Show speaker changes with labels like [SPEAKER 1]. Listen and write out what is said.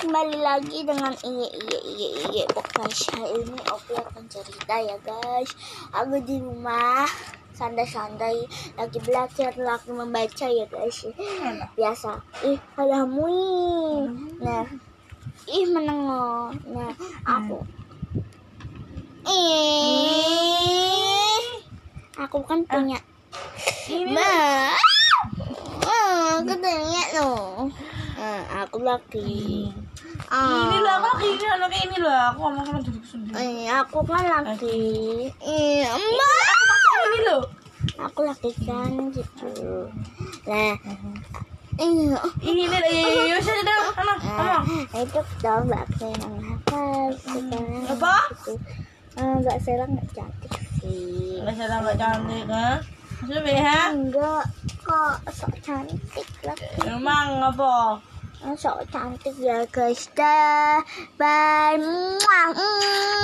[SPEAKER 1] kembali lagi dengan iye iye iye iye podcast hari ini Opi akan cerita ya guys aku di rumah santai-santai lagi belajar lagi membaca ya guys biasa ih ada mui nah ih menengok nah aku ih aku kan punya Ma, ah, aku tanya no. Ah, aku laki.
[SPEAKER 2] ini loh aku
[SPEAKER 1] Ah,
[SPEAKER 2] lagi ini loh kayak ini loh aku ngomong sama diriku sendiri
[SPEAKER 1] eh, aku kan laki. Eh, Ma,
[SPEAKER 2] ini loh
[SPEAKER 1] aku laki kan gitu. Nah, eh,
[SPEAKER 2] ini loh ya ya ya saya tidak ngomong
[SPEAKER 1] ah,
[SPEAKER 2] ngomong
[SPEAKER 1] itu dong Mbak Selang apa? Sekarang
[SPEAKER 2] Apa?
[SPEAKER 1] gitu. Ah, Mbak Selang nggak cantik sih.
[SPEAKER 2] nggak salah nggak cantik eh. kan maksudnya BH
[SPEAKER 1] Enggak kok sok cantik lah.
[SPEAKER 2] emang apa
[SPEAKER 1] Sok cantik ya guys dah. Bye. Mwah. Mm.